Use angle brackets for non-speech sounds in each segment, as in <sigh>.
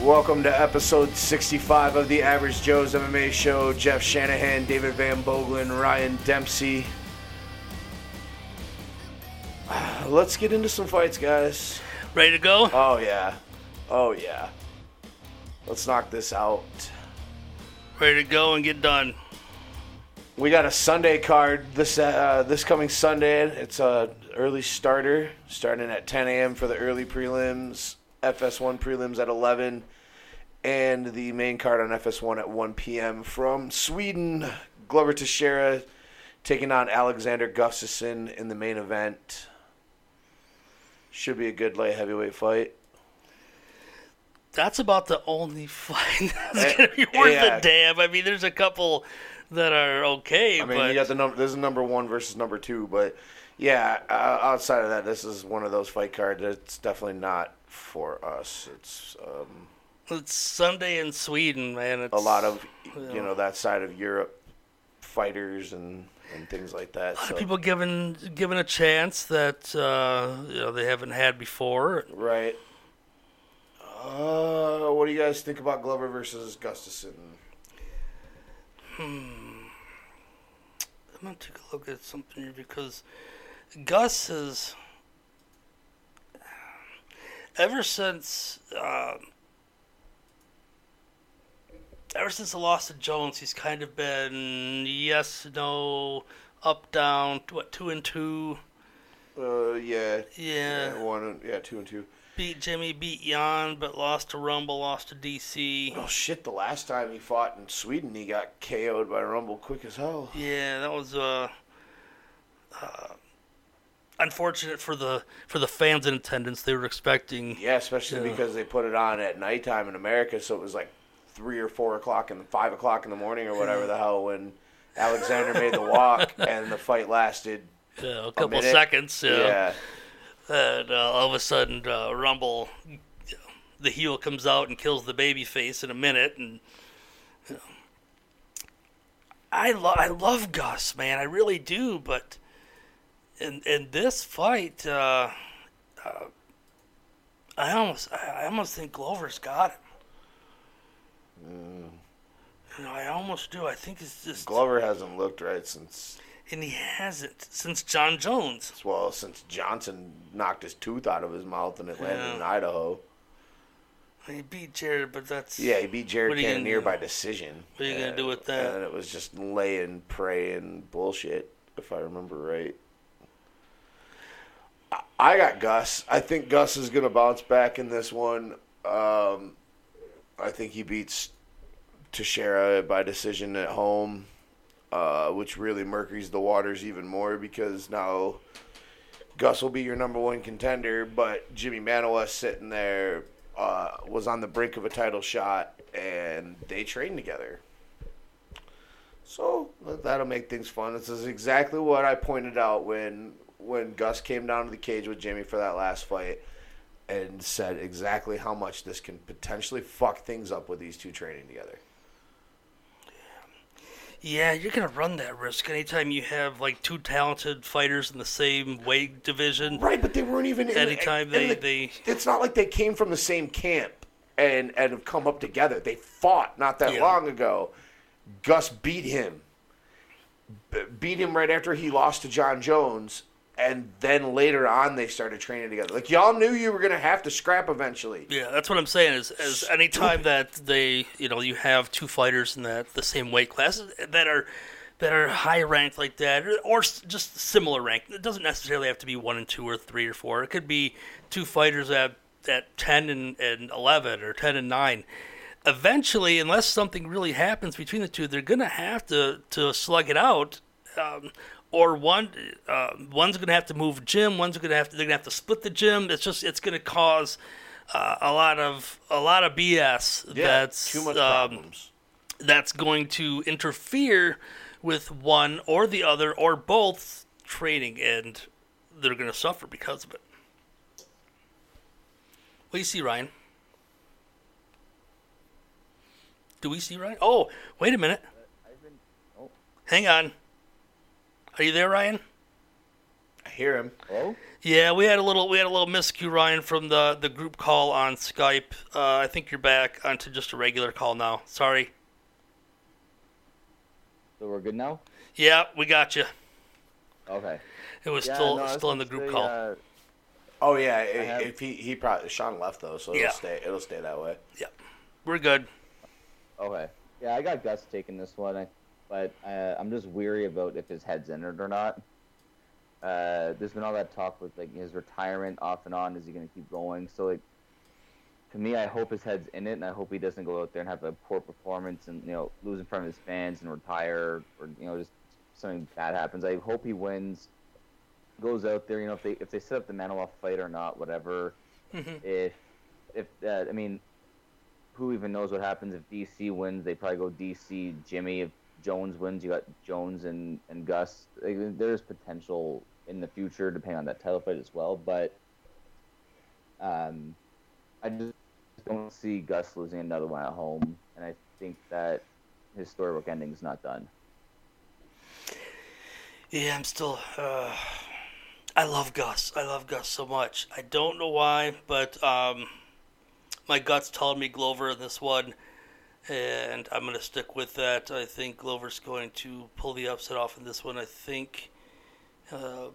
Welcome to episode 65 of the Average Joe's MMA show. Jeff Shanahan, David Van Boglen, Ryan Dempsey. <sighs> Let's get into some fights, guys. Ready to go? Oh, yeah. Oh, yeah. Let's knock this out. Ready to go and get done. We got a Sunday card this uh, this coming Sunday. It's a early starter, starting at 10 a.m. for the early prelims. FS1 prelims at 11, and the main card on FS1 at 1 p.m. From Sweden, Glover Teixeira taking on Alexander Gustafsson in the main event. Should be a good light heavyweight fight. That's about the only <laughs> fight that's going to be worth Eh, yeah. a damn. I mean, there's a couple that are okay, I mean, but you got the number. This is number one versus number two, but yeah, uh, outside of that, this is one of those fight cards that's definitely not for us. It's um, it's Sunday in Sweden, man. It's a lot of you Yeah. know that side of Europe fighters and and things like that. a lot so- of people given given a chance that uh, you know they haven't had before. Right. Uh, what do you guys think about Glover versus Gustafson? I'm gonna take a look at something here because Gus is ever since um ever since the loss to Jones, he's kind of been yes, no, up, down, what two and two. Uh, yeah, Yeah, yeah, one, and- yeah, two and two. beat Jimmy, beat Jan, but lost to Rumble, lost to DC. Oh shit! The last time he fought in Sweden, he got KO'd by Rumble quick as hell. Yeah, that was uh, uh, unfortunate for the for the fans in attendance. They were expecting Yeah, especially Yeah. because they put it on at nighttime in America, so it was like three or four o'clock and five o'clock in the morning or whatever the hell when Alexander made the <laughs> walk and the fight lasted. uh, a couple minute. seconds. Yeah, Yeah, and uh, all of a sudden, uh, Rumble, you know, the heel comes out and kills the baby face in a minute. And you know. I love I love Gus, man, I really do. But in in this fight, uh, uh, I almost I I almost think Glover's got him. You know, I almost do. I think it's just, Glover hasn't looked right since and he hasn't since John Jones. well since Johnson knocked his tooth out of his mouth in Atlanta Yeah. and Idaho. He beat Jared, but that's Yeah, he beat Jared What are you gonna Cannonier do? by decision. What are you gonna Uh, do with that? And it was just lay and pray and bullshit, if I remember right. I- I got Gus. I think Gus is gonna bounce back in this one. Um, I think he beats Teixeira by decision at home, uh, which really murkies the waters even more because now Gus will be your number one contender, but Jimmy Manoa sitting there uh, was on the brink of a title shot, and they trained together. So that- that'll make things fun. This is exactly what I pointed out when when Gus came down to the cage with Jimmy for that last fight, and said exactly how much this can potentially fuck things up with these two training together. Yeah, you're gonna run that risk anytime you have like two talented fighters in the same weight division. Right, but they weren't even in Anytime in they- they- It's not like they came from the same camp and and have come up together. They fought not that Yeah. long ago. Gus beat him, B- beat him right after he lost to John Jones, and then later on they started training together. Like y'all knew you were gonna have to scrap eventually. Yeah, that's what I'm saying. Is as anytime that they, you know, you have two fighters in that the same weight class that are that are high ranked like that, or, or s- just similar rank. It doesn't necessarily have to be one and two or three or four. It could be two fighters at at ten and, and eleven or ten and nine. Eventually, unless something really happens between the two, they're gonna have to to slug it out. Um, or one, uh, one's gonna have to move gym. One's gonna have to they're gonna have to split the gym. It's just it's gonna cause uh, a lot of a lot of BS that's too much um, problems. that's going to interfere with one or the other or both training, and they're going to suffer because of it. What do you see, Ryan? Do we see Ryan? Oh, wait a minute. oh, Hang on. Are you there, Ryan? I hear him. Hello? Yeah, we had a little we had a little miscue, Ryan, from the the group call on Skype. Uh, I think you're back onto just a regular call now. Sorry. So we're good now? Yeah, we got you. Okay. It was Yeah, still no, I was still in the gonna group say, call. uh, Oh yeah, i- have- if he he probably Sean left though, so it'll Yeah. stay it'll stay that way. We're good. Okay. Yeah, I got Gus taking this one, I- but uh, I'm just weary about if his head's in it or not. Uh, there's been all that talk with like his retirement off and on. Is he going to keep going? So like, to me, I hope his head's in it, and I hope he doesn't go out there and have a poor performance and you know lose in front of his fans and retire or you know just something bad happens. I hope he wins, goes out there. You know if they if they set up the Manoff fight or not, whatever hmm if if that I mean, who even knows what happens if DC wins? They probably go DC Jimmy. If Jones wins, you got Jones and and Gus. Like, there's potential in the future depending on that title fight as well, but um, I just don't see Gus losing another one at home, and I think that his storybook ending is not done. Yeah, I'm still. Uh, I love Gus. I love Gus so much. I don't know why, but um, my guts telling me Glover in this one, and I'm gonna stick with that. I think Glover's going to pull the upset off in this one. I think, um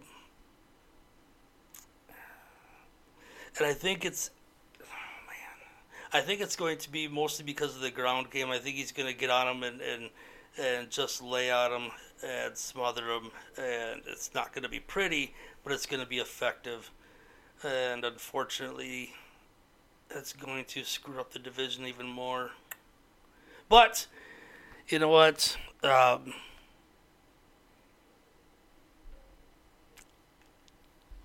and I think it's. oh, man. I think it's going to be mostly because of the ground game. I think he's going to get on him and, and and just lay on them and smother them. And it's not going to be pretty, but it's going to be effective. And unfortunately, that's going to screw up the division even more. But you know what? Um, <sighs>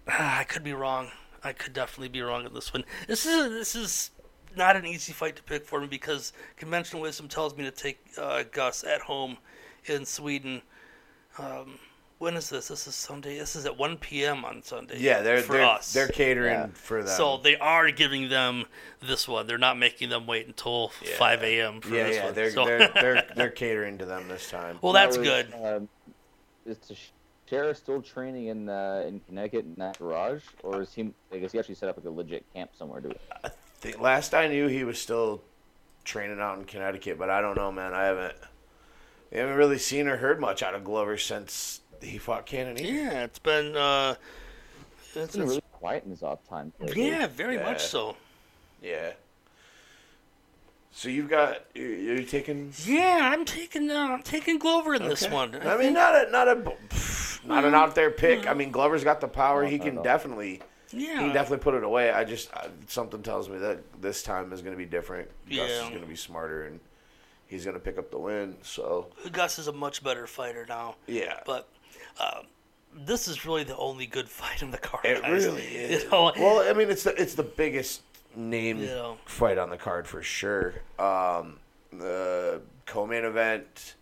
I could be wrong. I could definitely be wrong on this one. This is this is not an easy fight to pick for me because conventional wisdom tells me to take uh, Gus at home in Sweden. Um, when is this? This is Sunday. This is at 1 p.m. on Sunday. Yeah, they're for they're us. they're catering Yeah. for that. So they are giving them this one. They're not making them wait until 5 a.m. for yeah, this yeah, one. they're, So- <laughs> they're they're they're catering to them this time. well, that's Now is, good. Um, is Tashara still training in uh, in Connecticut in that garage, or is he? I guess he actually set up like a legit camp somewhere. Do The- last I knew, he was still training out in Connecticut, but I don't know, man. I haven't we haven't really seen or heard much out of Glover since he fought Cannon. Yeah, it's been. Uh, it's, It's been really quiet in his off time. lately. yeah, very Yeah. much so. yeah. So you've got you- you're taking Yeah, I'm taking. Uh, I'm taking Glover in this one. Mm. I mean, not a not a pff, not an out there pick. I mean, Glover's got the power. He no, can no. definitely he yeah, can definitely put it away. I just I, something tells me that this time is going to be different. Gus is Yeah. going to be smarter and he's going to pick up the win. So Gus is a much better fighter now. yeah, But um, this is really the only good <laughs> fight in the card. It guys. really is. <laughs> You know, Well, I mean, it's the it's the biggest name Yeah. fight on the card for sure. Um, the co-main event,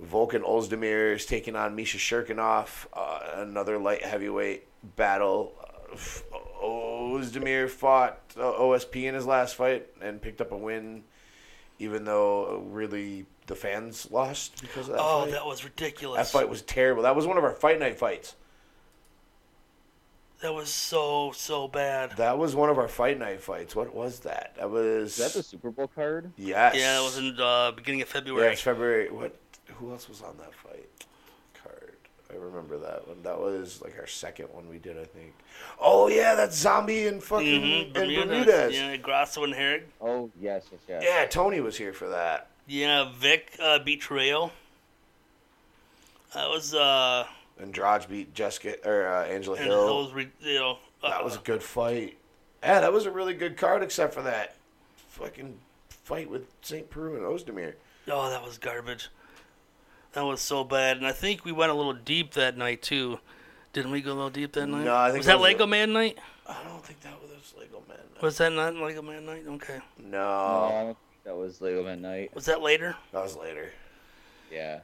Vulcan Ozdemir is taking on Misha Shirkinov. Uh, another light heavyweight battle. Uh, F- Ozdemir fought uh, OSP in his last fight and picked up a win, even though uh, really the fans lost because of that oh, fight. that was ridiculous. that fight was terrible. That was one of our fight night fights. That was so so bad. That was one of our fight night fights. What was that? That was Is that the Super Bowl card? yes. Yeah, it was in uh, beginning of February. yeah, it's February. What? Who else was on that fight card? I remember that one. That was like our second one we did, I think. Oh yeah, that zombie and fucking Mhm, and Bermuda, Bermudez. Yeah. Yeah, Grasso and Herrig. Oh yes, yes, yes. Tony was here for that. Yeah, Vic uh, beat Trail. That was uh, And Draj beat Jessica or uh, Angela and Hill. that was re- you know uh, that was a good fight. Yeah, that was a really good card, except for that fucking fight with Saint Peru and Ozdemir. oh that was garbage. That was so bad, and I think we went a little deep that night too. Didn't we go a little deep that night? No, I think was that that was Lego a- Man night? I don't think that was legal, man. Was that not Lego Man night? Okay, No, no, I don't think that was Lego Man Night. was that later? that was later. Yeah.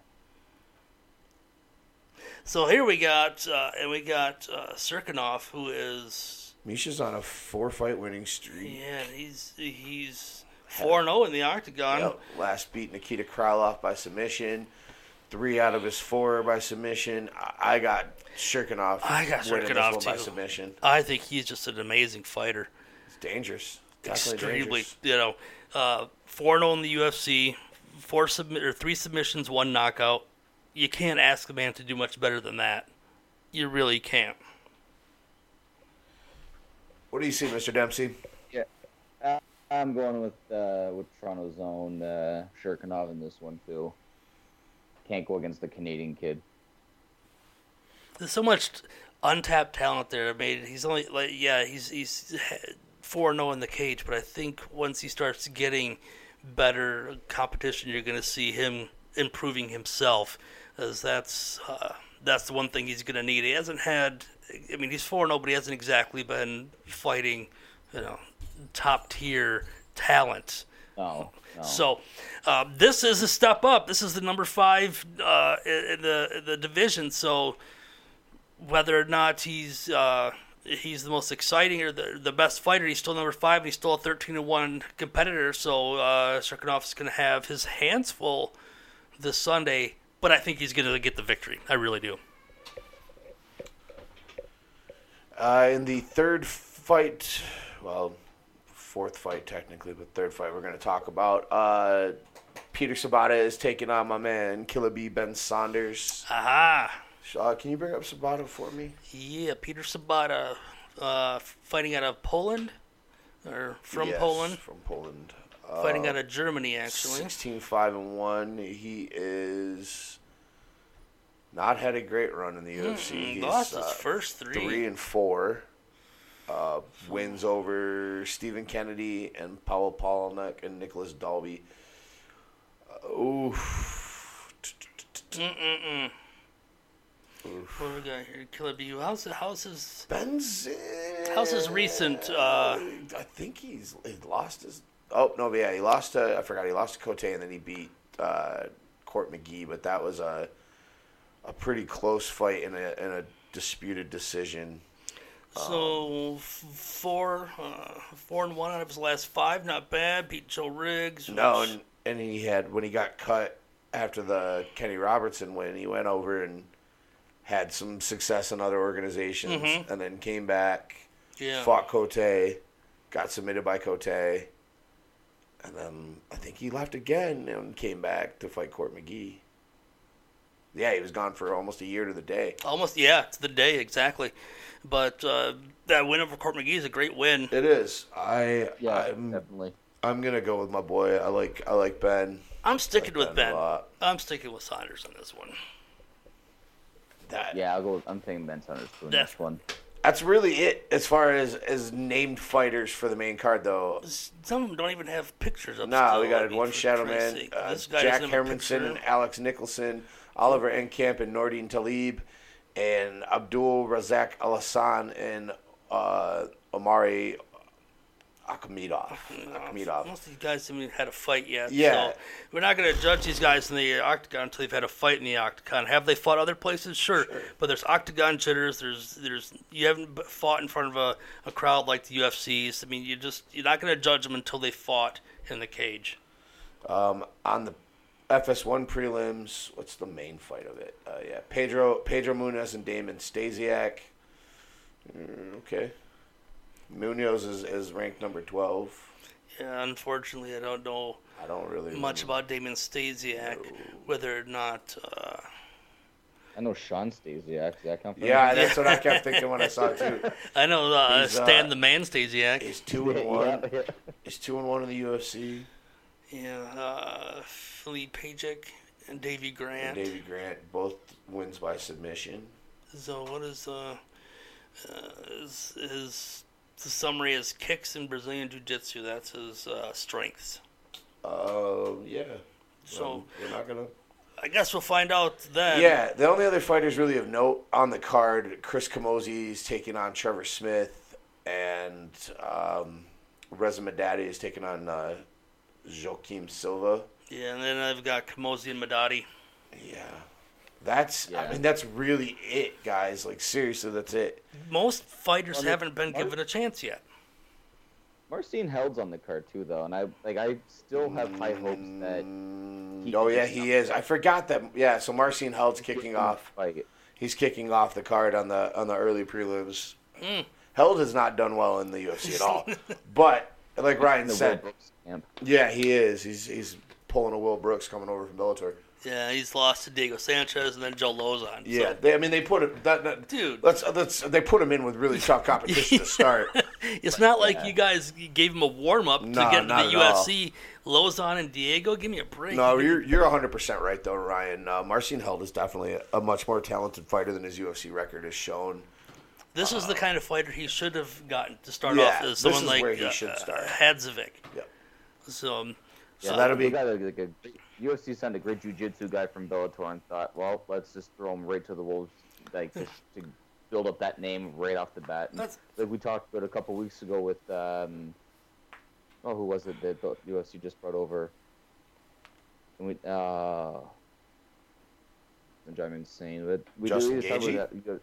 So here we got, uh, and we got uh, Serkinov, who is Misha's on a four fight winning streak. yeah, he's he's four four zero in the octagon. Yep. Last beat Nikita Krylov by submission. three out of his four by submission. I, I got Shirkinov. I got winning this Shirkinov one by too. submission. I think he's just an amazing fighter. It's dangerous. Definitely Extremely, dangerous. you know, uh, four zero in the UFC, four submit or three submissions, one knockout. You can't ask a man to do much better than that. You really can't. What do you see, Mr. Dempsey? I'm going with uh, with Toronto's own uh, Shirkinov in this one too. Can't go against the Canadian kid. There's so much untapped talent there. I mean, he's only like yeah, he's he's four zero in the cage, but I think once he starts getting better competition, you're going to see him improving himself, as that's uh, that's the one thing he's going to need. He hasn't had, I mean, he's four zero, but he hasn't exactly been fighting, you know, top tier talent. No, no. So, uh, this is a step up. This is the number five uh, in in the in the division. So, whether or not he's uh, he's the most exciting or the, the best fighter, he's still number five, and he's still a thirteen to one competitor. So, uh, Sirkinov is going to have his hands full this Sunday. But I think he's going to get the victory. I really do. Uh, in the third fight, well, fourth fight technically, but third fight we're going to talk about. Uh, Peter Sabata is taking on my man Killaby Ben Saunders. Aha! Uh, can you bring up Sabata for me? Yeah, Peter Sabata uh, fighting out of Poland or from Yes, Poland, From Poland. fighting out of Germany actually. 16 5 and 1. He is not had a great run in the UFC. He He's lost his uh, first three. three and four. Uh, Hmm. wins over Stephen Kennedy and Paul Polnick and Nicholas Dalby. Uh, oof. Mm-mm-mm. Oof. What do we got here? Killer B. How's how's his Ben's. how's his recent? Uh, I think he's he lost his. Oh no, but yeah, he lost. To, I forgot he lost to Cote, and then he beat uh, Court McGee. But that was a a pretty close fight and a and a disputed decision. Um, so f- four uh, four and one out of his last five. Not bad. Beat Joe Riggs. No, which- and, and he had when he got cut after the Kenny Robertson win, he went over and had some success in other organizations, and then came back, yeah. fought Cote, got submitted by Cote, and then I think he left again and came back to fight Court McGee. Yeah, he was gone for almost a year to the day. Almost yeah to the day exactly. But uh, that win over Court McGee is a great win. It is. I Yeah, I'm, definitely. I'm gonna go with my boy. I like I like Ben. I'm sticking Like with Ben a Ben. lot. I'm sticking with Saunders on this one. That Yeah, I'll go. With, I'm taking Ben Saunders for this Definitely. one. That's really it as far as as named fighters for the main card, though. Some of them don't even have pictures up. Nah, still. we I got mean, one for shadow Christ's man, sake. uh, This guy Jack doesn't have a picture. Hermanson and Alex Nicholson, Oliver Enkamp and Nordine Talib, and Abdul Razak Al Hassan and uh, Omari Akhmedov. Akhmedov. Most of these guys haven't even had a fight yet. Yeah. So we're not going to judge these guys in the octagon until they've had a fight in the octagon. Have they fought other places? Sure. But there's octagon jitters. There's there's you haven't b- fought in front of a, a crowd like the UFC's. I mean, you just you're not going to judge them until they fought in the cage. Um, on the FS1 prelims, what's the main fight of it? Uh, yeah, Pedro Pedro Munoz and Damon Stasiak. Mm, okay, Munoz is, is ranked number twelve. Yeah, unfortunately, I don't know I don't really much about Damon Stasiak, whether or not. Uh, I know Sean Stasiak. Does that count for Yeah, that's what I kept thinking when I saw it too. I know uh, He's, uh, Stan the Man Stasiak. He's two and him? one. <laughs> Yeah, He's two and one in the UFC. Yeah, uh, Philippe Pajek and Davy And Grant. Davy Grant both wins by submission. So what is uh, uh his, his the summary is kicks and Brazilian Jiu Jitsu. That's his uh, strengths. Uh, yeah. So uh, Um, we're not gonna. I guess we'll find out then. Yeah, the only other fighters really of note on the card, Chris Camozzi is taking on Trevor Smith, and um, Reza Madadi is taking on uh, Joaquim Silva. Yeah, and then I've got Kamosi and Madati. Yeah, that's. Yeah. I mean, that's really it, guys. Like seriously, that's it. Most fighters Well, the- haven't been Mar- given a chance yet. Marcin Held's on the card too, though, and I like. I still have high hopes that He oh can yeah, do he is. I forgot that. Yeah, so Marcin Held's kicking off. Like, He's kicking off the card on the on the early prelims. Held has not done well in the UFC at all, but like Ryan the said, Will Brooks camp. yeah, he is. He's he's pulling a Will Brooks coming over from Bellator. Yeah, he's lost to Diego Sanchez and then Joe Lozon. Yeah, So, they, I mean they put it. That, that, Dude. let's let's they put him in with really tough competition to start. it's not like Yeah. you guys gave him a warm up to No, get into not the at all. UFC. Lozon and Diego, give me a break. No, you're you're 100 percent right though, Ryan. Uh, Marcin Held is definitely a, a much more talented fighter than his UFC record has shown. This is the kind of fighter he should have gotten to start Uh, Yeah, off as this someone is like where he uh, should start. Hadzovic. Yep. So, um, So that'll we be got a, like a UFC sent a great jujitsu guy from Bellator and thought, well, let's just throw him right to the wolves, like just to build up that name right off the bat. And, That's- like we talked about a couple weeks ago with, um, oh, who was it that the UFC just brought over? And we, uh, I'm driving insane, but we Justin we just talked Gaethje? about that. You go-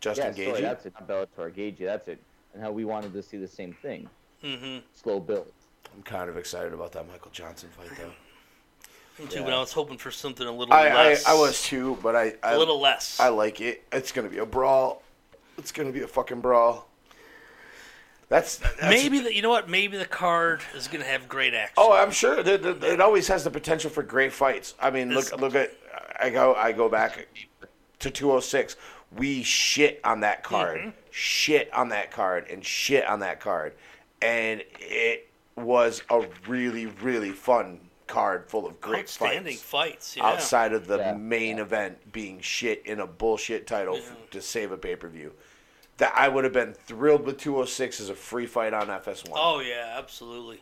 Justin yeah, sorry, Gaethje. that's it, not Bellator, Gaethje, that's it. And how we wanted to see the same thing, mhm. slow build. I'm kind of excited about that Michael Johnson fight though. Me too, Yeah. but I was hoping for something a little I, I, less. I was too, but I, I a little less. I like it. It's gonna be a brawl. It's gonna be a fucking brawl. That's, that's Maybe the, you know what? Maybe the card is going to have great action. Oh, I'm sure it, it, it always has the potential for great fights. I mean, look, This- look at I go, I go back to 206. We shit on that card, Mm-hmm. shit on that card, and shit on that card, and it was a really, really fun card full of great outstanding fights. fights. yeah. Outside of the Yeah. main Yeah. event being shit in a bullshit title f- to save a pay per view, that I would have been thrilled with 206 as a free fight on FS1. Oh yeah, absolutely.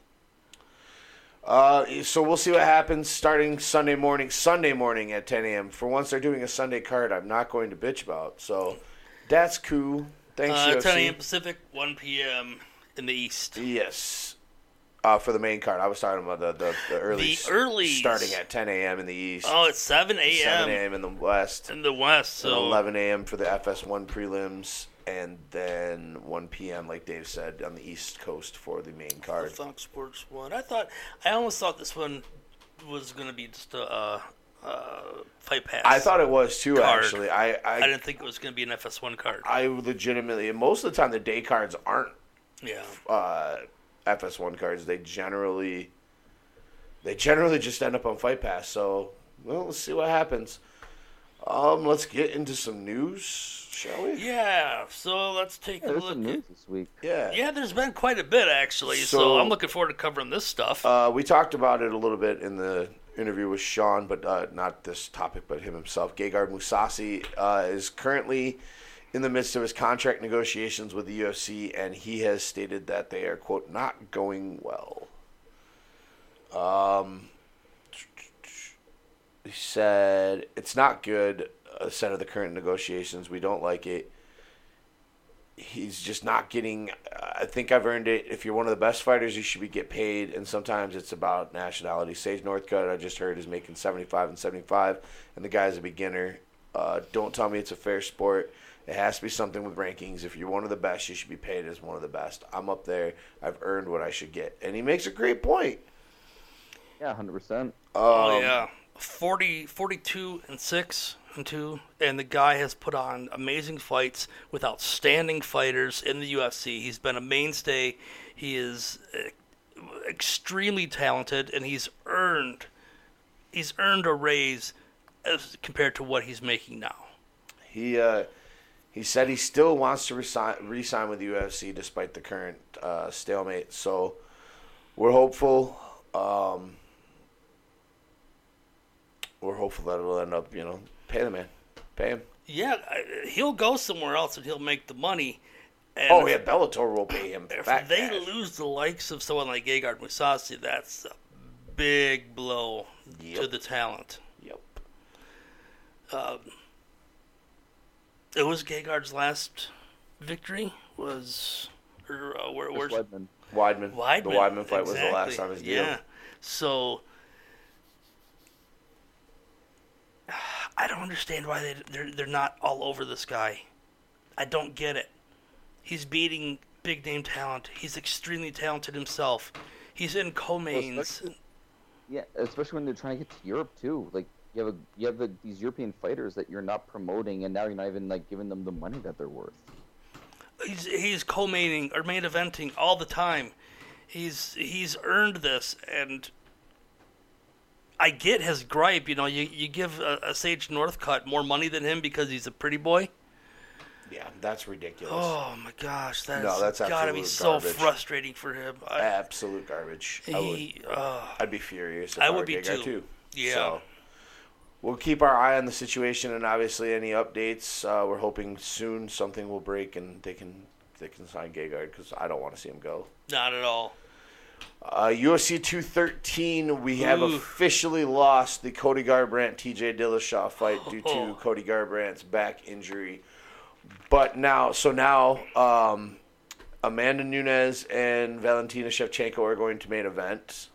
Uh, so we'll see what happens starting Sunday morning. Sunday morning at 10 a.m. For once, they're doing a Sunday card. I'm not going to bitch about. So that's cool. Thanks, Uh, UFC. 10 a.m. Pacific, 1 p.m. in the East. Yes. Uh, for the main card, I was talking about the the, the early The earlies. starting at 10 a.m. in the east, Oh, it's 7 7 a.m. a.m. in the west, in the West. and So 11 a.m. for the FS1 prelims, and then 1 p.m. like Dave said on the east coast for the main card. Fox Sports One. I thought I almost thought this one was going to be just a uh, uh, fight pass. I thought it was too. Card. Actually, I I, I didn't think it was going to be an FS1 card. I legitimately and most of the time the day cards aren't yeah. uh, FS1 cards. They generally they generally just end up on Fight Pass. So well, let's see what happens. Um, let's get into some news, shall we? Yeah. So let's take Yeah, a there's look. some at- news this week. Yeah. Yeah, there's been quite a bit actually. So, So- I'm looking forward to covering this stuff. Uh, we talked about it a little bit in the interview with Sean, but uh, not this topic, but him himself. Gegard Mousasi uh, is currently in the midst of his contract negotiations with the UFC, and he has stated that they are, quote, not going well. Um, he said, it's not good, uh, said of the current negotiations. We don't like it he's just not getting. uh, I think I've earned it. If you're one of the best fighters, you should be get paid. And sometimes it's about nationality. Sage Northcutt, I just heard, is making 75 and 75, and the guy's a beginner. Uh, don't tell me it's a fair sport. It has to be something with rankings. If you're one of the best, you should be paid as one of the best. I'm up there. I've earned what I should get. And he makes a great point. Yeah, hundred percent. Um, oh yeah, 40, 42 and six and two, and the guy has put on amazing fights with outstanding fighters in the UFC. He's been a mainstay. He is eh, extremely talented, and he's earned he's earned a raise as compared to what he's making now. He uh, he said he still wants to resign, resign with the UFC despite the current uh, stalemate. So we're hopeful. Um, we're hopeful that it'll end up, you know, pay the man, pay him. Yeah, I- he'll go somewhere else and he'll make the money. And Oh yeah, Bellator will pay him. If fat they cash. lose the likes of someone like Gegard Mousasi, that's a big blow to Yep. the talent. Um, yep. It was Gegard's last victory. Was or, uh, where, where's Weidman. Weidman. Weidman? The Weidman fight was the last exactly. time his deal. Yeah. So I don't understand why they they're, they're not all over this guy. I don't get it. He's beating big name talent. He's extremely talented himself. He's in co-mains. Yeah, especially when they're trying to get to Europe too. Like you have a, you have a, these European fighters that you're not promoting, and now you're not even like giving them the money that they're worth. He's he's co-maining or main eventing all the time. He's he's earned this, and I get his gripe. You know, you you give a, a Sage Northcutt more money than him because he's a pretty boy. Yeah, that's ridiculous. Oh my gosh, that's, No, that's gotta be absolute so garbage. frustrating for him. I, Absolute garbage. I would, he, uh, I'd be furious. If I I would were be Gegard, too. too. Yeah. we'll keep our eye on the situation, and obviously any updates. Uh, we're hoping soon something will break and they can they can sign Gegard because I don't want to see him go. not at all. Uh, UFC 213, we have Ooh. officially lost the Cody Garbrandt TJ Dillashaw fight due <laughs> to Cody Garbrandt's back injury. But now, so now, um, Amanda Nunes and Valentina Shevchenko are going to main event.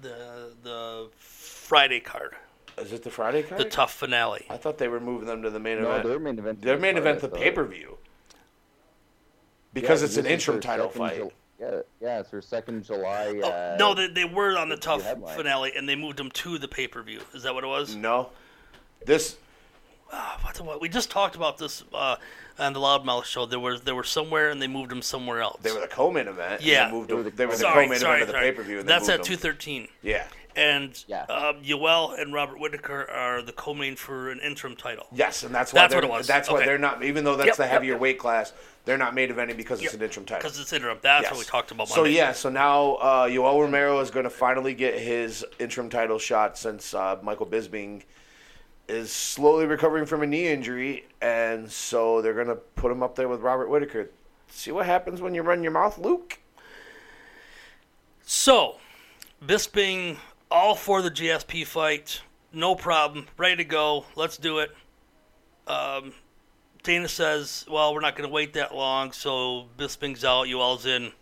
The the Friday card, Is it the Friday card? the tough finale. I thought they were moving them to the main No, event. their main event. Oh, Their main event, the pay per view, because Yeah, it's an this is interim their title second fight. Ju- yeah, yeah, it's her second July. Oh, uh, no, they, they were on the the tough headline. finale, and they moved them to the pay per view. Is that what it was? no, this Ah, what the what? We just talked about this uh, on the Loudmouth show. There were they were somewhere, and they moved them somewhere else. they were the co-main event. and Yeah. they, moved They were them- the they were the sorry, co-main event sorry, of the sorry. pay per view. That's moved at them. two thirteen. Yeah, And Yeah. um, Yoel and Robert Whitaker are the co-main for an interim title. yes, and that's why That's they're, what it was. That's why Okay. they're not. Even though that's Yep, the yep, heavier yep. weight class, they're not main eventing because it's Yep, an interim title. Because it's interim. That's what we Yes. talked about. So Monday. yeah, so now uh, Yoel Romero is going to finally get his interim title shot since uh, Michael Bisping is slowly recovering from a knee injury, and so they're going to put him up there with Robert Whitaker. See what happens when you run your mouth, Luke. So, Bisping, all for the GSP fight, no problem, ready to go, let's do it. Um, Dana says, well, we're not going to wait that long, so Bisping's out, Yoel's in,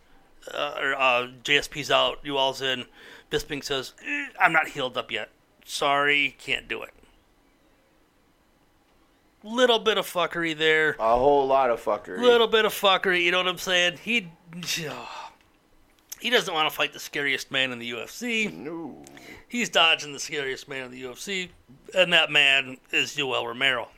uh, or uh, JSP's out, Yoel's in. Bisping says, "Eh, I'm not healed up yet. Sorry, can't do it. Little bit of fuckery there. A whole lot of fuckery. Little bit of fuckery, you know what I'm saying? He oh, he doesn't want to fight the scariest man in the UFC. No. He's dodging the scariest man in the UFC, and that man is Yoel Romero.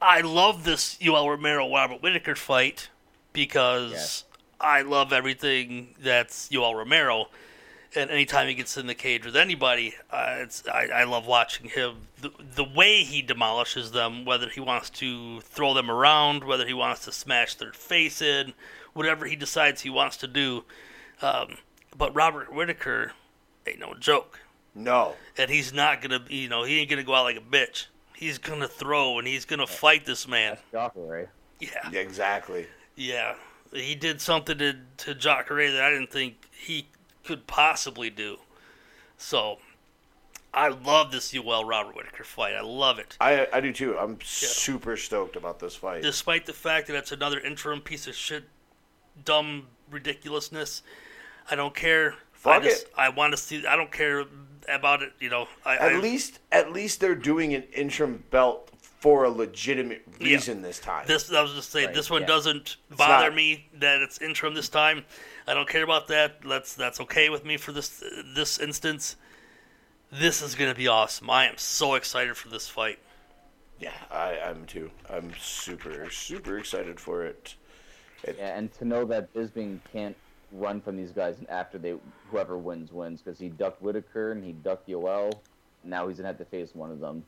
I love this Yoel Romero Robert Whitaker fight because Yes. I love everything that's Yoel Romero. And anytime he gets in the cage with anybody, uh, it's I, I love watching him. The, the way he demolishes them, whether he wants to throw them around, whether he wants to smash their face in, whatever he decides he wants to do. Um, but Robert Whitaker ain't no joke, No. and he's not gonna, be- you know, he ain't gonna go out like a bitch. He's gonna throw and he's gonna fight this man. Shocker, right? Yeah. Exactly. Yeah, he did something to to Jacare that I didn't think he could possibly do. So, I love this Yoel Robert Whitaker fight. I love it, I I do too. I'm super stoked about this fight. despite the fact that it's another interim piece of shit, dumb ridiculousness. I don't care. Fuck I just it. I want to see. I don't care about it. You know, I, at I- least at least they're doing an interim belt for a legitimate reason this time. This I was just saying. Right, this one yeah. doesn't bother not- me that it's interim this time. I don't care about that. That's that's okay with me for this this instance. This is gonna be awesome. I am so excited for this fight. Yeah, I, I'm too. I'm super, super excited for it. Yeah, and to know that Bisbing can't run from these guys, and after they, whoever wins wins, because he ducked Whitaker and he ducked Yoel. Now he's gonna have to face one of them.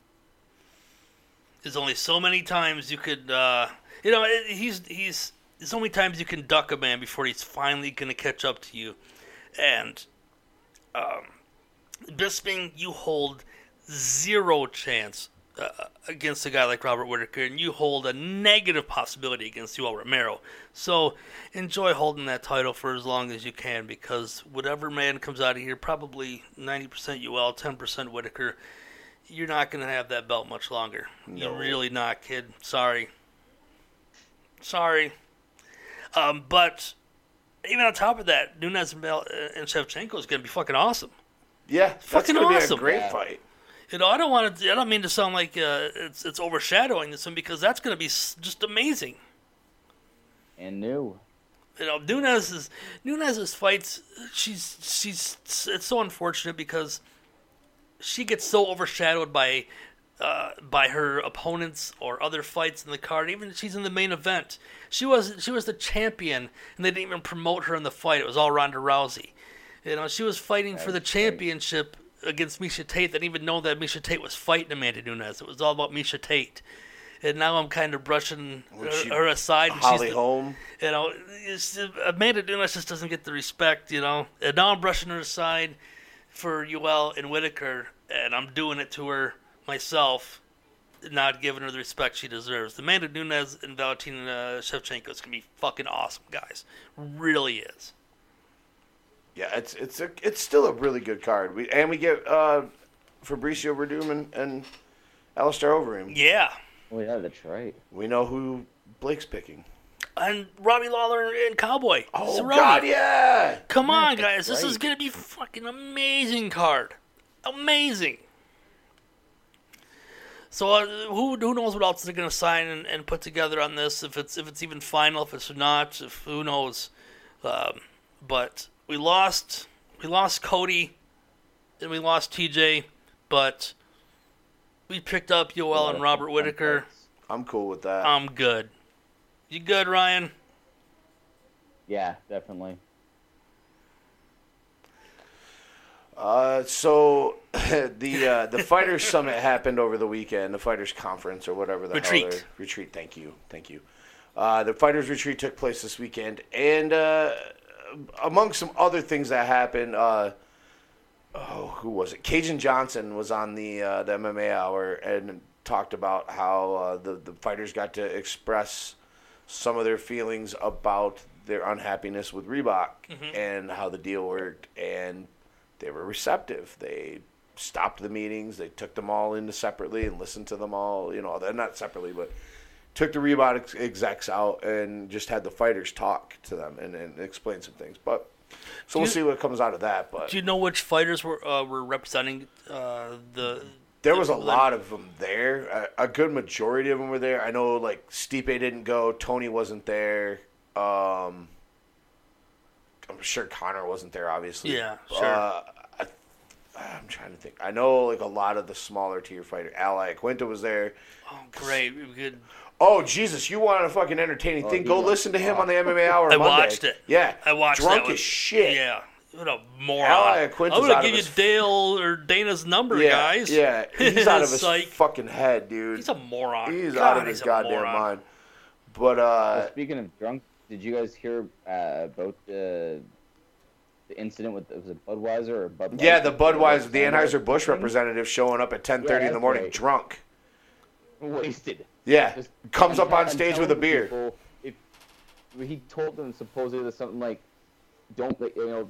There's only so many times you could, uh, you know, it- he's he's. There's so many times you can duck a man before he's finally gonna catch up to you, and um, Bisping, you hold zero chance uh, against a guy like Robert Whitaker, and you hold a negative possibility against Yoel Romero. So enjoy holding that title for as long as you can, because whatever man comes out of here, probably 90% Yoel, 10% Whitaker, you're not going to have that belt much longer. No. You're really not, kid. Sorry. Sorry. Um, but even on top of that, Nunes and, Bel- uh, and Shevchenko is going to be fucking awesome. Yeah, that's Fucking gonna Be awesome. a great Yeah. fight. You know, I don't want to. I don't mean to sound like uh, it's it's overshadowing this one because that's going to be s- just amazing. And new, You know, Nunes is Nunes's fights. She's she's it's so unfortunate because she gets so overshadowed by uh, by her opponents or other fights in the card. Even if she's in the main event. She was she was the champion, and they didn't even promote her in the fight. It was all Ronda Rousey. You know, she was fighting for the That's right. championship against Misha Tate. They didn't even know that Misha Tate was fighting Amanda Nunes. It was all about Misha Tate. And now I'm kind of brushing her, she- her aside. and she's Holly the- Holm. you know, it's, Amanda Nunes just doesn't get the respect, you know. And now I'm brushing her aside for Yoel and Whitaker, and I'm doing it to her myself, not giving her the respect she deserves. Amanda Nunes and Valentina Shevchenko is going to be fucking awesome, guys. Really is. Yeah, it's it's a it's still a really good card. We and we get uh, Fabricio Verdum and, and Alistair Overeem. Yeah. Oh yeah, that's right. We know who Blake's picking. And Robbie Lawler and Cowboy. Oh Cerrone. God, yeah. Come on, that's guys. This right. is going to be fucking amazing card. Amazing. So uh, who who knows what else they're going to sign and, and put together on this? If it's if it's even final, if it's not, if who knows? Um, but we lost we lost Cody, and we lost TJ, but we picked up Yoel and Robert Whitaker. I'm cool with that. I'm good. You good, Ryan? Yeah, definitely. Uh, so <laughs> the uh, the fighters summit happened over the weekend, the fighters conference or whatever the hell Retreat. they're- retreat. Thank you, thank you. Uh, the fighters retreat took place this weekend, and uh, among some other things that happened, uh, oh, who was it? Cajun Johnson was on the uh, the MMA Hour and talked about how uh, the the fighters got to express some of their feelings about their unhappiness with Reebok and how the deal worked, and they were receptive. They stopped the meetings. They took them all in separately and listened to them all. You know, not separately, but took the Reebok ex- execs out and just had the fighters talk to them and, and explain some things. But so we'll you- see what comes out of that. But Do you know which fighters were uh, were representing uh, the? there the- was a the- lot of them there. A, a good majority of them were there. I know like Stipe didn't go. Tony wasn't there. Um, I'm sure Connor wasn't there. Obviously, Yeah, sure. Uh, I, I'm trying to think. I know like a lot of the smaller tier fighter. Ally Quinta was there. Oh, great! We could- Oh Jesus! You want a fucking entertaining Oh, thing? he Go was- listen to him on the MMA Hour. <laughs> I Monday. watched it. Yeah, I watched. Drunk that one. as shit. Yeah, what a moron! Ally I'm Quinta's out gonna of give you his- Dale or Dana's number, yeah, guys. Yeah, <laughs> he's out of his Psych. fucking head, dude. He's a moron. He's God, out of he's his a goddamn moron. mind. But uh, Well, speaking of drunk, did you guys hear uh, about the the incident with was it Budweiser or Budweiser? yeah, the Budweiser, the Anheuser Busch representative showing up at 10:30 Yeah, in the that's morning, right. drunk. wasted. Yeah, Just- comes I'm up <laughs> tell- on I'm stage with a telling beer. people, if he told them supposedly that something like, "Don't like, you know,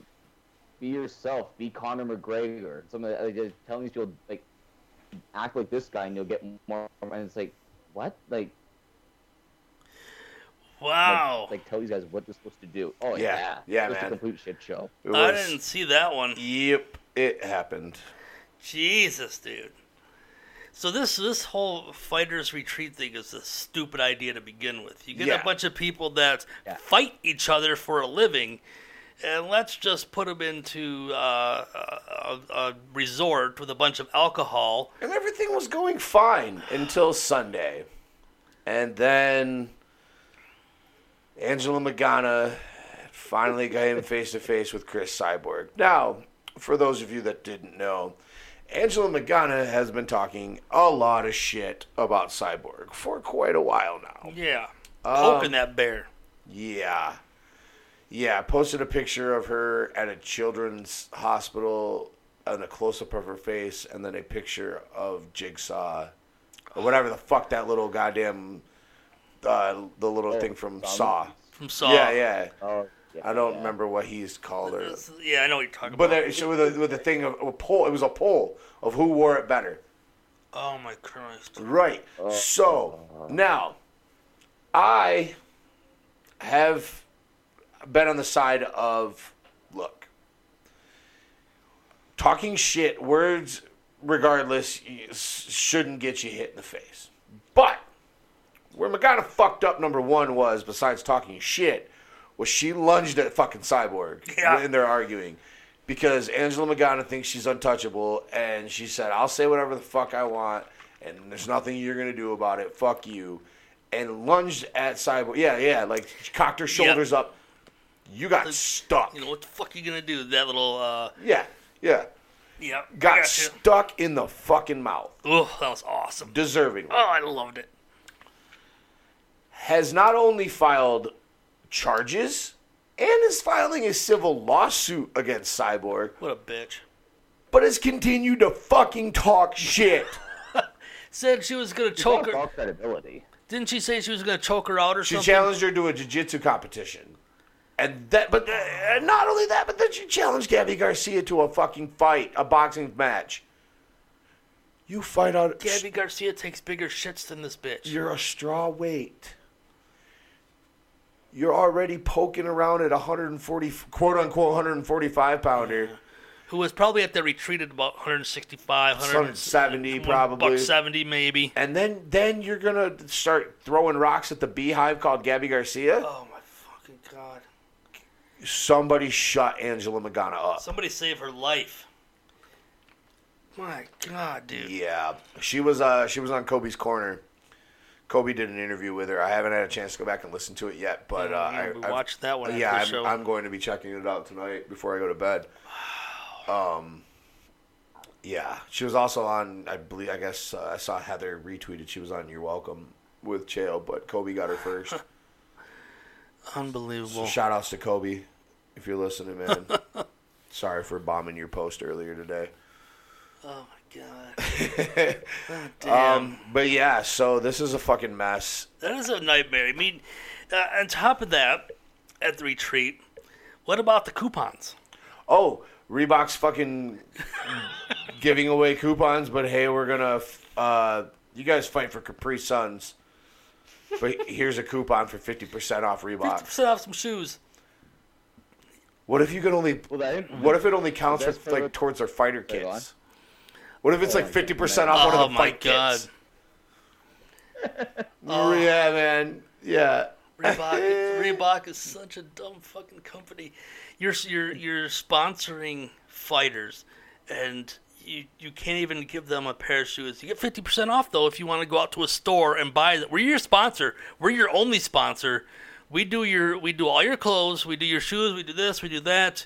be yourself, be Conor McGregor," something like, like just telling these people like, act like this guy and you'll get more. And it's like, what? Like, like- Wow. like, tell these guys what they're supposed to do. Oh Yeah. yeah, Yeah, just man. a complete shit show. It I was- didn't see that one. Yep, it happened. Jesus, dude. So this this whole fighters retreat thing is a stupid idea to begin with. You get Yeah. a bunch of people that Yeah. fight each other for a living, and let's just put them into uh, a, a, a resort with a bunch of alcohol. And everything was going fine until Sunday. And then Angela Magana finally got him face to face with Chris Cyborg. Now, for those of you that didn't know, Angela Magana has been talking a lot of shit about Cyborg for quite a while now. Yeah, poking that bear. Yeah. Yeah, posted a picture of her at a children's hospital and a close up of her face and then a picture of Jigsaw or whatever the fuck that little goddamn uh, the little Oh, thing from Saw Saw. From Saw. Yeah, yeah. Oh, yeah, I don't yeah. remember what he's called her. This- yeah, I know what you're talking But about. there, so with a, with a thing of a poll, it was a poll of who wore it better. oh my Christ! Right. So now, I have been on the side of look, talking shit, words, regardless, y- s- shouldn't get you hit in the face. But where Magana fucked up, number one, was besides talking shit, was she lunged at fucking Cyborg Yeah. when they're arguing because Angela Magana thinks she's untouchable and she said, I'll say whatever the fuck I want and there's nothing you're going to do about it. Fuck you. And lunged at Cyborg. Yeah, yeah. Like, cocked her shoulders up. You got stuck. You know what the fuck you gonna do? That little uh, yeah, yeah. yeah, I Got gotcha. stuck in the fucking mouth. Oh, that was awesome. Deservingly. Oh, I loved it. has not only filed charges and is filing a civil lawsuit against Cyborg, What a bitch. but has continued to fucking talk shit. Said she was gonna It's all choke her. about credibility. Didn't she say she was gonna choke her out or She something? challenged her to a jiu-jitsu competition. And that but uh, and not only that, but then she challenged Gabby Garcia to a fucking fight, a boxing match. You fight out Gabby Garcia takes bigger shits than this bitch. You're a straw weight. You're already poking around at 140 quote unquote 145 pounder. who was probably at the retreat at about 165, 170 buck probably. 70 maybe. And then then you're going to start throwing rocks at the beehive called Gabby Garcia. Oh my fucking god! Somebody shut Angela Magana up. Somebody save her life. My god, dude. Yeah, she was uh she was on Kobe's corner. Kobe did an interview with her. I haven't had a chance to go back and listen to it yet, but uh, Yeah, I we I've- watched that one after Yeah, the I'm, show. I'm going to be checking it out tonight before I go to bed. Um, yeah, she was also on. I believe I guess uh, I saw Heather retweeted. She was on You're Welcome with Chael, but Kobe got her <laughs> first. Unbelievable. Shout outs to Kobe if you're listening, <laughs> man. Sorry for bombing your post earlier today. Oh my god. <laughs> God damn. Um, but yeah, so this is a fucking mess. that is a nightmare. I mean, uh, on top of that, at the retreat, what about the coupons? Oh, Reebok's fucking giving away coupons, but hey, we're gonna uh, you guys fight for Capri Suns. But here's a coupon for fifty percent off Reebok. 50% off some shoes. What if you could only? Well, that ain't- What if it only counts That's for like what- towards their fighter Wait, go on. kits? What if it's like fifty percent off one Oh of the my fight god. kits? <laughs> Oh. Yeah, man. Yeah. Reebok, <laughs> Reebok is such a dumb fucking company. You're you're you're sponsoring fighters, and you you can't even give them a pair of shoes. You get fifty percent off though if you want to go out to a store and buy them. We're your sponsor. We're your only sponsor. We do your we do all your clothes. We do your shoes. We do this. We do that.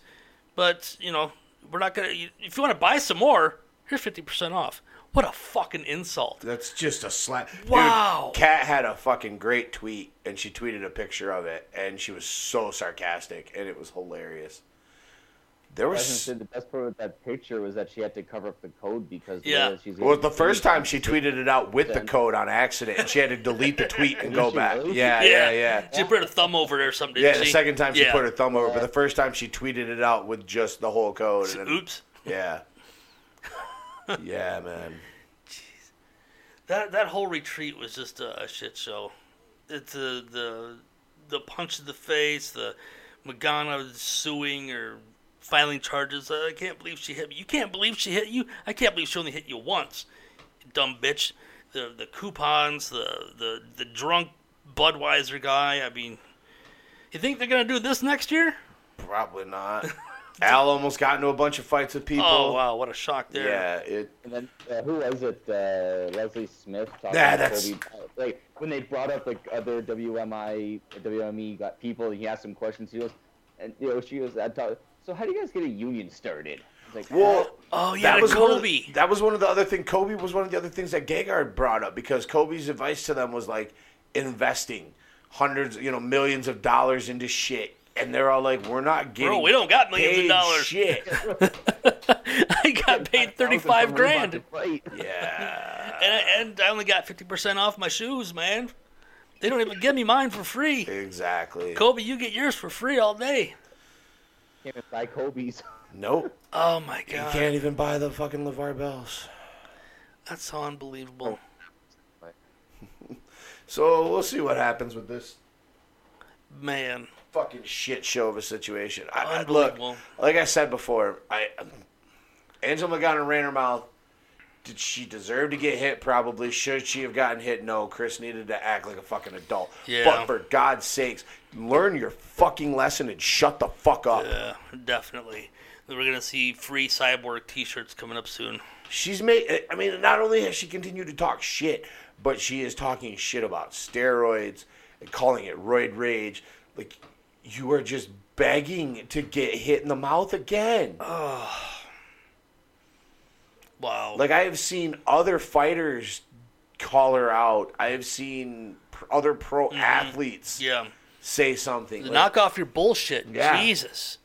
But you know we're not gonna. you- If you want to buy some more, here's fifty percent off. What a fucking insult! That's just a slap. Wow. Dude, Kat had a fucking great tweet, and she tweeted a picture of it, and she was so sarcastic, and it was hilarious. There Preston was. said the best part of that picture was that she had to cover up the code because Yeah. Lola, she's Well, the first time she tweeted it out with the code on accident, and she had to delete the tweet <laughs> and go she back. really? Yeah, yeah, yeah. She put her thumb over it or something. Yeah, didn't the she? second time she Yeah. put her thumb over, but the first time she tweeted it out with just the whole code. And then, Oops. <laughs> yeah. Yeah, man. That that whole retreat was just a, a shit show. It's uh the the punch to the face, the Magana suing or filing charges. I can't believe she hit me. You can't believe she hit you. I can't believe she only hit you once. You dumb bitch. The the coupons, the the the drunk Budweiser guy. I mean, you think they're gonna do this next year? Probably not. <laughs> Al almost got into a bunch of fights with people. Oh wow, what a shock there. Yeah, it And then uh, who was it? Uh, Leslie Smith. Talking Nah, to that's- Kobe, like when they brought up like other WMI, WME E got people. He asked some questions. He goes, and you know, she goes, I thought, so how do you guys get a union started? It's like, Well, Oh yeah, the one of Kobe. <laughs> the- that was one of the other thing. Kobe was one of the other things that Gegard brought up because Kobe's advice to them was like investing hundreds, you know, millions of dollars into shit, and they're all like, "We're not getting, we don't got millions of paid dollars." Shit, <laughs> I got paid "That was a thirty-five Kobe grand. Bryant <laughs> fight." yeah, and I, and I only got fifty percent off my shoes, man. They don't even give me mine for free. exactly. Kobe, you get yours for free all day. Came and buy Kobe's. Nope, Oh my you god, can't even buy the fucking Levar Bells. that's so unbelievable. So we'll see what happens with this Man, fucking shit show of a situation. I, I, look, Unbelievable. like I said before, I Angela Magana ran her mouth. Did she deserve to get hit? Probably. Should she have gotten hit? No. Chris needed to act like a fucking adult. Yeah. But for God's sakes, learn your fucking lesson and shut the fuck up. Yeah, definitely. We're gonna see free cyborg T-shirts coming up soon. She's made. I mean, not only has she continued to talk shit, but she is talking shit about steroids and calling it roid rage. Like, you are just begging to get hit in the mouth again. Wow. Like I have seen other fighters call her out. I have seen pr- other pro athletes Mm-hmm. yeah. say something. Like- Knock off your bullshit. Yeah. Jesus.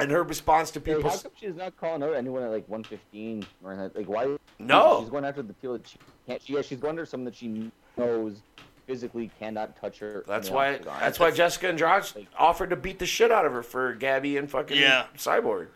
and her response to Like, people, how come she's not calling out anyone at like 115 or anything? Like, why? No. She's going after the people that she can't. She, yeah, she's going after someone that she knows physically cannot touch her. in that's the why. octagon. That's why Jessica Andrade offered to beat the shit out of her for Gabby and fucking Yeah. Cyborg.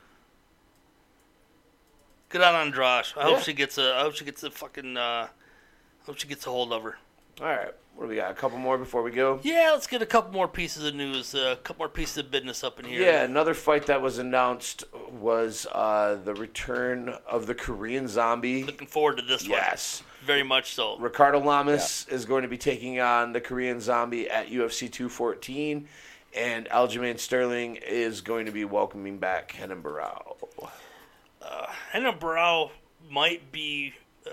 Good on Andrash. I Yeah. hope she gets a. I hope she gets a fucking. Uh, I hope she gets a hold of her. All right, what do we got? A couple more before we go. Yeah, let's get a couple more pieces of news. uh, A couple more pieces of business up in here. Yeah, another fight that was announced was uh, the return of the Korean Zombie. Looking forward to this Yes. one. Very much so. Ricardo Lamas is going to be taking on the Korean Zombie at UFC 214, and Aljamain Sterling is going to be welcoming back Henan Barao. Henry Brow might be, uh,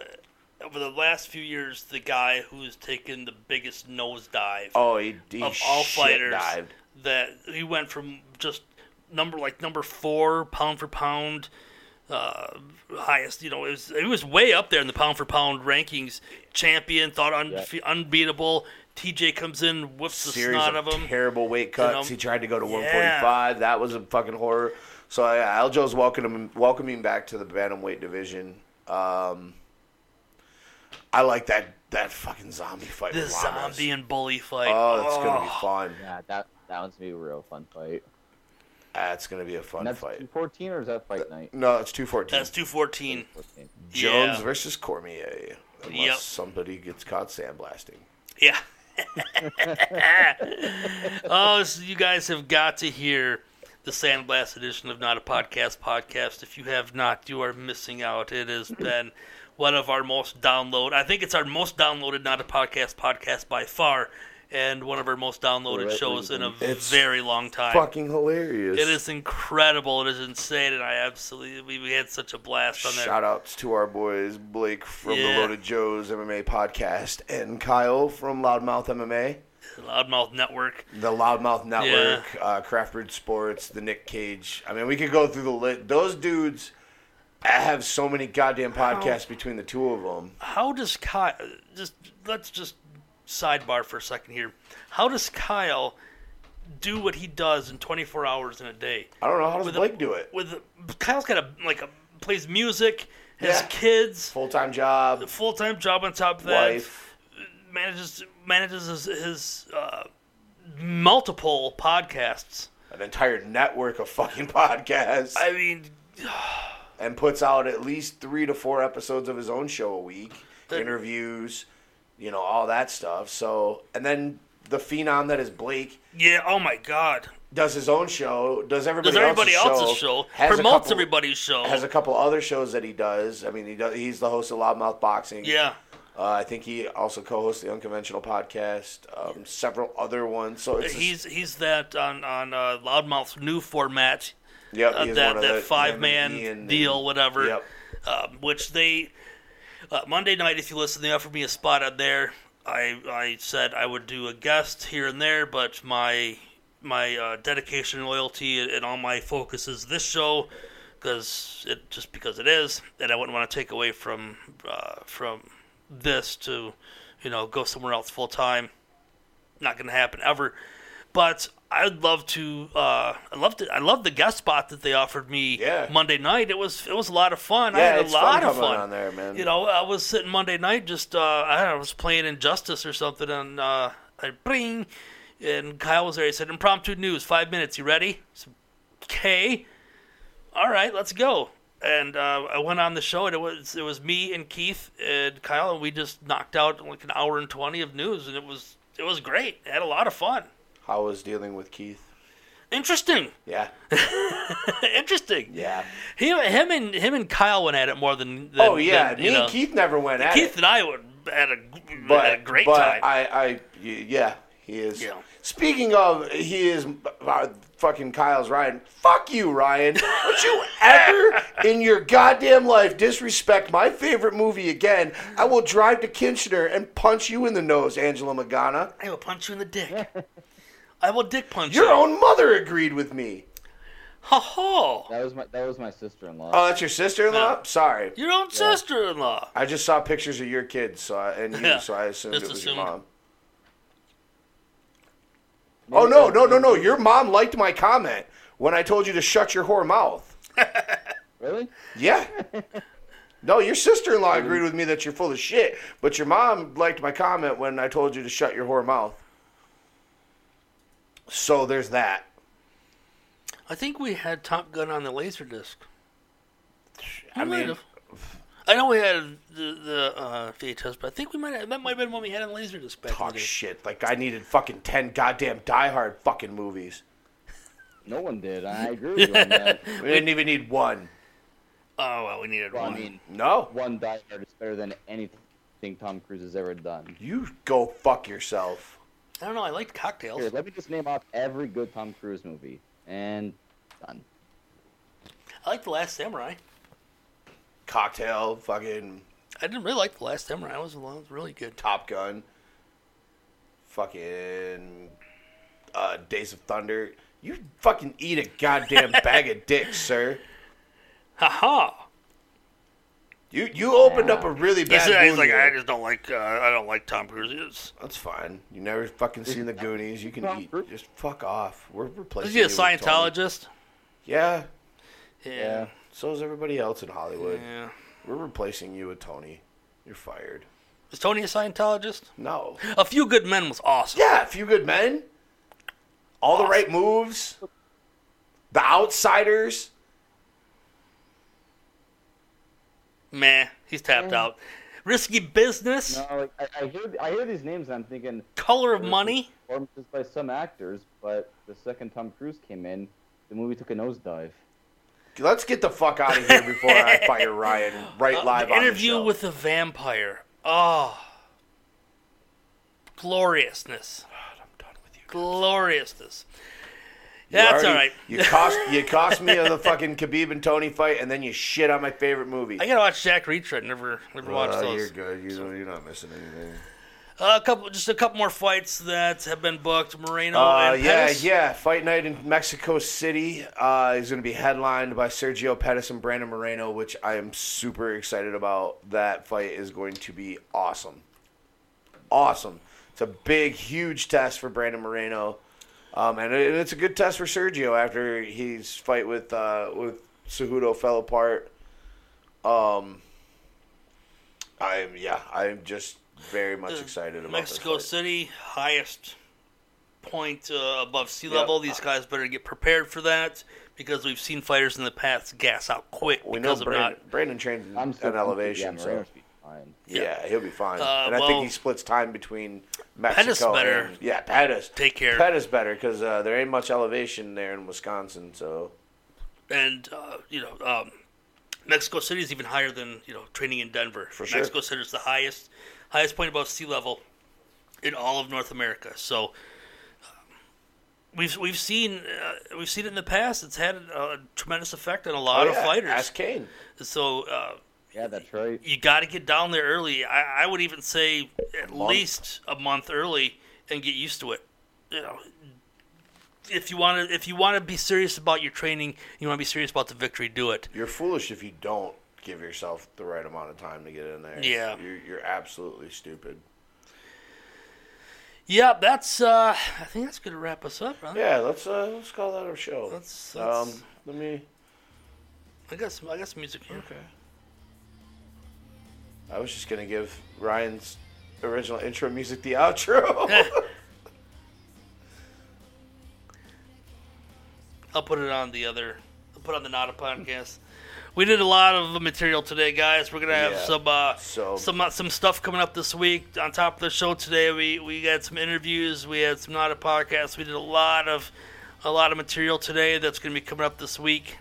over the last few years, the guy who's taken the biggest nosedive Oh, he, he of all shit fighters. dived. That he went from just number like number four pound for pound. Uh, highest, you know, it was it was way up there in the pound for pound rankings. Champion, thought unfe- unbeatable. TJ comes in, whiffs the Series snot of of him. terrible weight cuts. You know, he tried to go to yeah. 145. That was a fucking horror. So yeah, Aljo's welcoming him, welcoming back to the bantamweight division. Um, I like that that fucking zombie fight. the with Lamas. zombie and bully fight. Oh, it's gonna be fun. Yeah, that that one's gonna be a real fun fight. That's gonna be a fun And that's fight. 214 or is that fight night? No, it's two fourteen. That's two fourteen. 14. Jones Yeah. versus Cormier, unless Yep. somebody gets caught sandblasting. Yeah. <laughs> oh, so you guys have got to hear the Sandblast edition of Not a Podcast podcast. If you have not, you are missing out. It has been one of our most downloaded. I think it's our most downloaded Not a Podcast podcast by far, and one of our most downloaded Right, shows in a It's very long time. Fucking hilarious! It is incredible. It is insane, and I absolutely we, we had such a blast on there. Shout outs to our boys Blake from Yeah. the Loaded Joe's MMA podcast and Kyle from Loudmouth MMA, Loudmouth Network. the Loudmouth Network, uh, Craft Brewed Sports, the Nick Cage. I mean, we could go through the lit. Those dudes have so many goddamn podcasts between the two of them. how does Kyle just let's just sidebar for a second here. How does Kyle do what he does in 24 hours in a day? I don't know how does With a- Blake do it. With Kyle's got a like a plays music, has Yeah. kids, Full time job, full time job on top of that, wife. manages manages his, his uh, multiple podcasts. An entire network of fucking podcasts. I mean, and puts out at least three to four episodes of his own show a week, That- interviews, you know, all that stuff. So, and then the phenom that is Blake yeah. Oh my God. does his own show, does everybody, Does everybody else's, else's show, has a promotes couple- everybody's show? Has a couple other shows that he does. I mean, he does, he's the host of Loudmouth Boxing. yeah. Uh, I think he also co-hosts the Unconventional podcast, um, several other ones. So it's He's he's that on on uh, Loudmouth's new format. just, yep, uh, he's one that of that the- five him and Ian man and- deal, whatever. Yep. Um, which they uh, Monday night, if you listen, they offered me a spot on there. I I said I would do a guest here and there, but my my uh, dedication, loyalty, and, and all my focus is this show because it just because it is, and I wouldn't want to take away from uh, from this to you know go somewhere else full time. Not going to happen ever but I'd love to. Uh, I loved it. I loved the guest spot that they offered me Yeah. Monday night. It was it was a lot of fun. I Yeah, had a it's fun lot of coming fun on there, man. You know, I was sitting Monday night just uh, I don't know, I was playing Injustice or something, and uh, I bring, and Kyle was there. He said, "Impromptu news, five minutes. You ready?" I said, okay, all right, let's go. And uh, I went on the show, and it was it was me and Keith and Kyle, and we just knocked out like an hour and twenty of news, and it was it was great. I had a lot of fun. How was dealing with Keith? Interesting. <laughs> Yeah. Interesting. <laughs> Yeah. He, him and him and Kyle went at it more than. than Oh yeah, than, me you know, and Keith never went at Keith it, and I would had a, but had a great but time. I, I, y- yeah, he is. Yeah. Speaking of, he is uh, fucking Kyle's Ryan. Fuck you, Ryan. Would you <laughs> ever in your goddamn life disrespect my favorite movie again? I will drive to Kitchener and punch you in the nose, Angela Magana. I will punch you in the dick. <laughs> I will dick punch Your you. own mother agreed with me. Ha ha. That was my that was my sister-in-law. Oh, that's your sister-in-law. No. Sorry, Your own sister-in-law. I just saw pictures of your kids, so I, and you, Yeah, so I assumed it just was your assumed. mom. Oh no, no, no, no! Your mom liked my comment when I told you to shut your whore mouth. Really? <laughs> Yeah. No, your sister-in-law Mm-hmm. agreed with me that you're full of shit, but your mom liked my comment when I told you to shut your whore mouth. So there's that. I think we had Top Gun on the laser disc. I mean, might have. I know we had the, the uh, VHS, but I think we might have, that might have been when we had a laser disc back in the talk day. shit. Like I needed fucking ten goddamn Die Hard fucking movies. No one did. I <laughs> agree with you on that. We didn't even need one. Oh well, we needed Well, I one. mean, No, one Die Hard is better than anything Tom Cruise has ever done. you go fuck yourself. I don't know. I liked cocktails. Here, let me just name off every good Tom Cruise movie, and done. I liked the Last Samurai. Cocktail, fucking I didn't really like the Last Samurai. It was, it was really good. Top Gun, fucking uh, Days of Thunder. You fucking eat a goddamn <laughs> bag of dicks, sir. Ha ha. You you opened up a really He bad. said, he's wound like, there. I just don't like. Uh, I don't like Tom Cruise. It's- That's fine. You never fucking seen the Goonies. You can Tom eat. Cruise? Just fuck off. We're replacing. Is he a you with Tony. Scientologist? Yeah. Yeah. So is everybody else in yeah. Hollywood. We're replacing you with Tony. You're fired. Is Tony a Scientologist? No. A Few Good Men was awesome. Yeah, a few good men. All the right moves. The outsiders. Meh. He's tapped out. Risky Business. No, like, I, I hear I hear these names and I'm thinking Color of Money. performances by some actors, but the second Tom Cruise came in, the movie took a nosedive. Let's get the fuck out of here before <laughs> I fire Ryan right Uh, live the on the interview show. with the vampire. Oh. Gloriousness. God, I'm done with you. Gloriousness. You Yeah, that's already- all right. You cost you cost me the fucking Khabib and Tony fight, and then you shit on my favorite movie. <laughs> I gotta watch Jack Reacher. I never, never watched Well, those. you're good. You, you're not missing anything. Uh, a couple, just a couple more fights that have been booked. Moreno Uh, and yeah, Pettis. yeah. Fight night in Mexico City uh, is going to be headlined by Sergio Pettis and Brandon Moreno, which I am super excited about. That fight is going to be awesome. Awesome. It's a big, huge test for Brandon Moreno, um, and, it- and it's a good test for Sergio after his fight with uh, with Cejudo fell apart. Um, I'm yeah, I'm just very much excited about this Uh, Mexico fight. City, highest point uh, above sea Yep. level. These guys better get prepared for that because we've seen fighters in the past gas out quick We know because of Brandon, Brandon trained I'm an elevation, yeah, so Moreno's fine. yeah. he'll be fine. Uh, and I well, think he splits time between Mexico better and yeah, Pettis. take care. Pettis better because uh, there ain't much elevation there in Wisconsin, so not. And uh, you know, um, Mexico City is even higher than you know training in Denver. For sure. Mexico City is the highest, highest point above sea level in all of North America. So. um, We've, we've seen uh, we've seen it in the past. It's had a tremendous effect on a lot Oh, of yeah, fighters. Ask Kane. so uh, Yeah, that's right. you got to get down there early. I, I would even say at Month. least a month early and get used to it. You know, if you want to, if you want to be serious about your training, you want to be serious about the victory. Do it. You're foolish if you don't give yourself the right amount of time to get in there. Yeah. you're, you're absolutely stupid. Yeah, that's. Uh, I think that's gonna wrap us up. Huh? Yeah, let's uh, let's call that a show. Let's- um, let's- let me. I got some. I got some music here. Okay. I was just gonna give Ryan's original intro music the outro. <laughs> I'll put it on the other. I'll put it on the Nada podcast. We did a lot of material today, guys. We're gonna have Yeah. some uh, So- some uh, some stuff coming up this week. On top of the show today, we we got some interviews. We had some Nada podcasts. We did a lot of a lot of material today that's going to be coming up this week.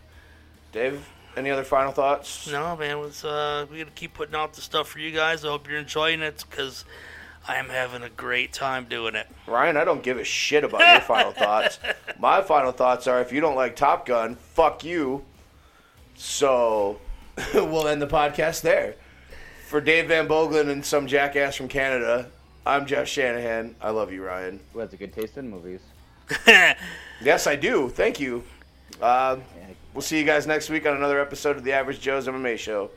Dave, any other final thoughts? No, man, it's, uh, we're gonna keep putting out the stuff for you guys. I hope you're enjoying it because I am having a great time doing it. Ryan, I don't give a shit about your final thoughts. My final thoughts are if you don't like Top Gun, fuck you. So <laughs> we'll end the podcast there. For Dave Van Boglin and some jackass from Canada, I'm Jeff Shanahan. I love you, Ryan. Who has a good taste in movies? Yes, I do. Thank you. Uh, we'll see you guys next week on another episode of the Average Joe's MMA Show.